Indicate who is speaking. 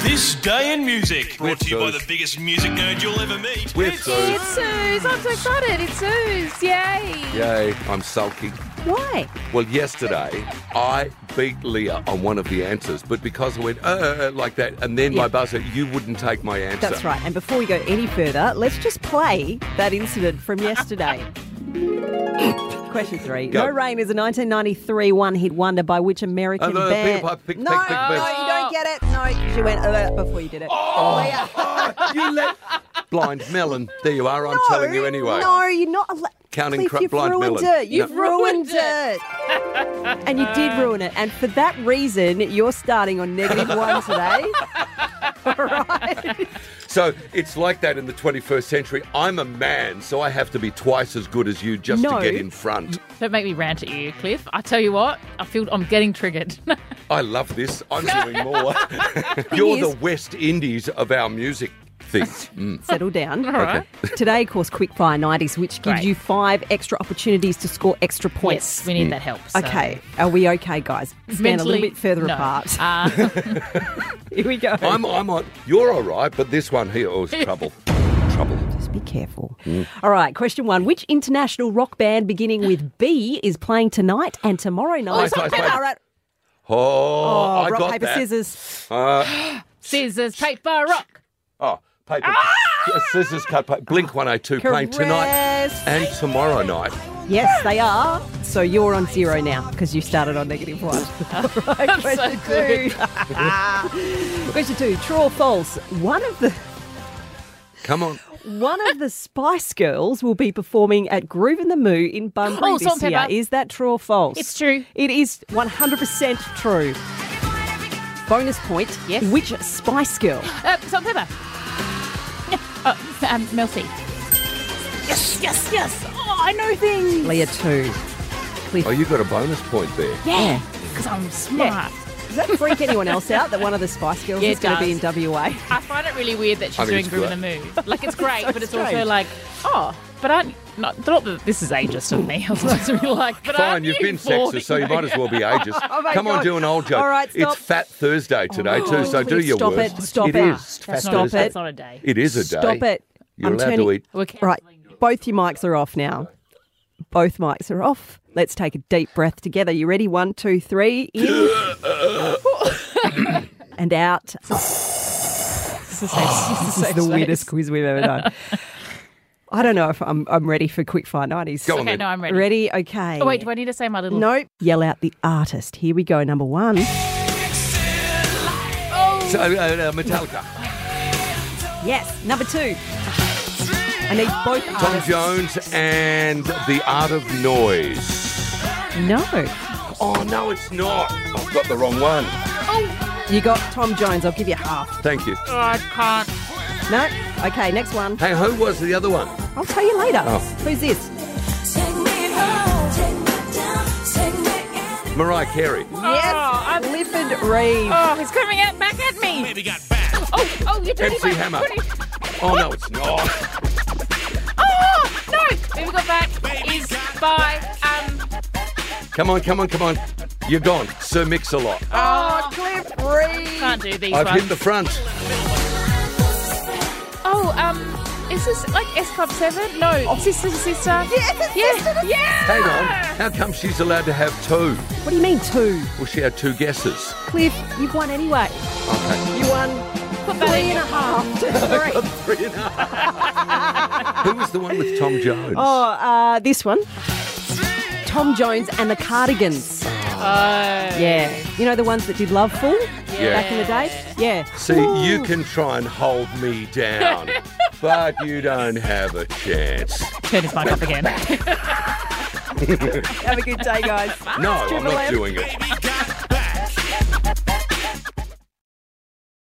Speaker 1: This Day in Music, brought to you by the biggest music nerd you'll ever meet.
Speaker 2: With
Speaker 1: It's
Speaker 2: those-
Speaker 3: It's Suze. I'm so excited. It's Suze. Yay.
Speaker 2: Yay, I'm sulking.
Speaker 3: Why?
Speaker 2: Well, yesterday I beat Leah on one of the answers, but because I went, uh, like that, and then my
Speaker 4: Yeah.
Speaker 2: buzzer, you wouldn't take my answer.
Speaker 4: That's right. And before we go any further, let's just play that incident from yesterday. Question three.
Speaker 2: Go.
Speaker 4: No Rain is a 1993 one-hit wonder by which American
Speaker 2: Oh, no, no,
Speaker 4: band?
Speaker 2: Peter Piper, Pick-
Speaker 4: no,
Speaker 2: Pick- Pick-
Speaker 4: no,
Speaker 2: Pick. Oh.
Speaker 4: you don't get it. No, she went uh, before you did it. Oh,
Speaker 2: You let blind melon. There you are. I'm
Speaker 4: no,
Speaker 2: telling you anyway.
Speaker 4: No, you're not. Al-
Speaker 2: Counting
Speaker 4: Cliff,
Speaker 2: cru-
Speaker 4: you've
Speaker 2: blind
Speaker 4: ruined
Speaker 2: melon.
Speaker 4: it. You've
Speaker 2: No.
Speaker 4: ruined
Speaker 3: Ruined
Speaker 4: it. and you did ruin it. And for that reason, you're starting on negative one today. All right.
Speaker 2: So it's like that in the 21st century. I'm a man, so I have to be twice as good as you just
Speaker 4: No.
Speaker 2: to get in front.
Speaker 5: Don't make me rant at you, Cliff. I tell you what, I feel I'm getting triggered.
Speaker 2: I love this. I'm doing more. You're
Speaker 4: is-
Speaker 2: the West Indies of our music thing. Mm.
Speaker 4: Settle down.
Speaker 5: All right.
Speaker 4: Today, of course, quickfire 90s, which gives
Speaker 5: Great.
Speaker 4: you five extra opportunities to score extra points.
Speaker 5: Yes, we need that help. so-
Speaker 4: Mm. Okay, are we okay, guys? Stand a
Speaker 5: Mentally,
Speaker 4: little bit further
Speaker 5: no.
Speaker 4: apart.
Speaker 5: Uh,
Speaker 4: Here we go.
Speaker 2: I'm, I'm on. You're all right, but this one here oh, is trouble. trouble.
Speaker 4: Just be careful.
Speaker 2: Mm.
Speaker 4: All right, question one. Which international rock band beginning with B is playing tonight and tomorrow night?
Speaker 2: Ice Ice Baby.
Speaker 4: All right.
Speaker 2: Oh,
Speaker 4: Oh,
Speaker 2: I
Speaker 4: rock,
Speaker 2: got
Speaker 4: paper,
Speaker 2: that.
Speaker 4: scissors.
Speaker 5: scissors, paper, rock.
Speaker 2: Oh, paper.
Speaker 4: Ah!
Speaker 2: Yeah, Scissors cut. Paper. Blink 182 playing tonight
Speaker 4: Caress.
Speaker 2: and tomorrow night.
Speaker 4: Yes, they are. So you're on zero now because you started on negative one. All right, question two. question two. True or false? One of the
Speaker 2: Come on.
Speaker 4: one of the Spice Girls will be performing at Groove in the Moo in Bunbury
Speaker 5: Oh,
Speaker 4: this
Speaker 5: Salt and
Speaker 4: year.
Speaker 5: Pepper.
Speaker 4: Is that true or false?
Speaker 5: It's true.
Speaker 4: It is 100% true. Bonus point.
Speaker 5: Yes.
Speaker 4: Which Spice Girl?
Speaker 5: Uh, salt and pepper. Oh, um, Mel C. Yes, yes, yes. Oh, I know things.
Speaker 4: Leah two.
Speaker 2: Oh, you got a bonus point there.
Speaker 5: Yeah, because I'm smart.
Speaker 4: Does that freak anyone else out that one of the Spice Girls
Speaker 5: Yeah,
Speaker 4: is
Speaker 5: it
Speaker 4: going to be in
Speaker 5: does.
Speaker 4: WA?
Speaker 5: I find it really weird that she's
Speaker 2: I mean,
Speaker 5: doing
Speaker 2: it's
Speaker 5: Groove in the Moo. Like, it's great, but it's also
Speaker 4: strange.
Speaker 5: like, oh, but I not, not that this is ageist of me. I was supposed to be like, but
Speaker 2: Fine,
Speaker 5: aren't
Speaker 2: you've
Speaker 5: you
Speaker 2: been
Speaker 5: bored?
Speaker 2: sexist, so you might as well be ageist.
Speaker 4: Oh my
Speaker 2: Come on,
Speaker 4: God.
Speaker 2: do an old joke.
Speaker 4: All right, stop. Oh,
Speaker 2: It's Fat Thursday today, too, so do
Speaker 4: please
Speaker 2: your
Speaker 4: stop
Speaker 2: worst.
Speaker 4: it, stop
Speaker 2: it.
Speaker 4: it.
Speaker 2: is Fat
Speaker 5: That's not,
Speaker 2: Thursday.
Speaker 5: That's not a day.
Speaker 2: It is a day.
Speaker 4: Stop it.
Speaker 2: You're
Speaker 4: I'm
Speaker 2: allowed
Speaker 4: turning-
Speaker 2: to eat.
Speaker 5: We're
Speaker 4: Right.
Speaker 5: cancelling you.
Speaker 4: Both your mics are off now. Both mics are off. Let's take a deep breath together. You ready? One, two, three. In. and out.
Speaker 5: This is, safe- this is
Speaker 4: This
Speaker 5: safe
Speaker 4: is the
Speaker 5: space.
Speaker 4: weirdest quiz we've ever done. I don't know if I'm, I'm ready for quickfire 90s.
Speaker 2: Go on
Speaker 5: Okay,
Speaker 2: then.
Speaker 5: no, I'm ready.
Speaker 4: Ready? Okay.
Speaker 5: Oh, wait, do I need to say my little.
Speaker 4: Nope. Yell out the artist. Here we go. Number one.
Speaker 2: So, uh, uh, Metallica.
Speaker 4: Yes. Number two. I need both
Speaker 2: Tom
Speaker 4: artists.
Speaker 2: Jones and The Art of Noise.
Speaker 4: No.
Speaker 2: Oh, no, it's not. I've got the wrong one.
Speaker 4: You got Tom Jones. I'll give you half.
Speaker 2: Thank you.
Speaker 5: Oh, I can't.
Speaker 4: No? Okay, next one.
Speaker 2: Hey, who was the other one?
Speaker 4: I'll tell you later.
Speaker 2: Oh.
Speaker 4: Who's this?
Speaker 6: Take me home, take me down, take me anywhere.
Speaker 2: Mariah Carey.
Speaker 4: Yes,
Speaker 5: Oh, I'm-
Speaker 4: Clifford Reeve.
Speaker 5: Oh, he's coming at, back at me.
Speaker 1: Maybe got back.
Speaker 5: Oh, oh, you're turning
Speaker 2: MC
Speaker 5: back.
Speaker 2: Hammer.
Speaker 5: Turning-
Speaker 2: Oh, no, it's not.
Speaker 5: Oh, no. Baby got back is by, um,
Speaker 2: Come on, come on, come on. You're gone. Sir Mix-a-Lot.
Speaker 4: Oh, Cliff Reeve.
Speaker 5: can't do these
Speaker 2: I've
Speaker 5: ones.
Speaker 2: hit the front.
Speaker 5: Oh, um, is this like S Club 7? No, Sister to Sister.
Speaker 4: it's
Speaker 5: yeah.
Speaker 4: Sister to
Speaker 5: yeah.
Speaker 2: Hang on.
Speaker 4: Ah.
Speaker 2: How come she's allowed to have two?
Speaker 4: What do you mean two?
Speaker 2: Well, she had two guesses.
Speaker 4: Cliff, you've won anyway.
Speaker 2: Okay.
Speaker 4: You won
Speaker 5: Put that in.
Speaker 4: a half to three.
Speaker 2: Three and a half. Who was the one with Tom Jones?
Speaker 4: Oh, uh, this one. Tom Jones and the Cardigans.
Speaker 2: Oh.
Speaker 4: Yeah. You know the ones that did Love Fool
Speaker 2: Yeah.
Speaker 4: back in the day? Yeah.
Speaker 2: See, you can try and hold me down, but you don't have a chance.
Speaker 5: Turn his mic off again.
Speaker 4: Have a good day, guys.
Speaker 2: No, I'm
Speaker 4: Triple
Speaker 2: not
Speaker 4: M.
Speaker 2: doing it.
Speaker 1: Maybe got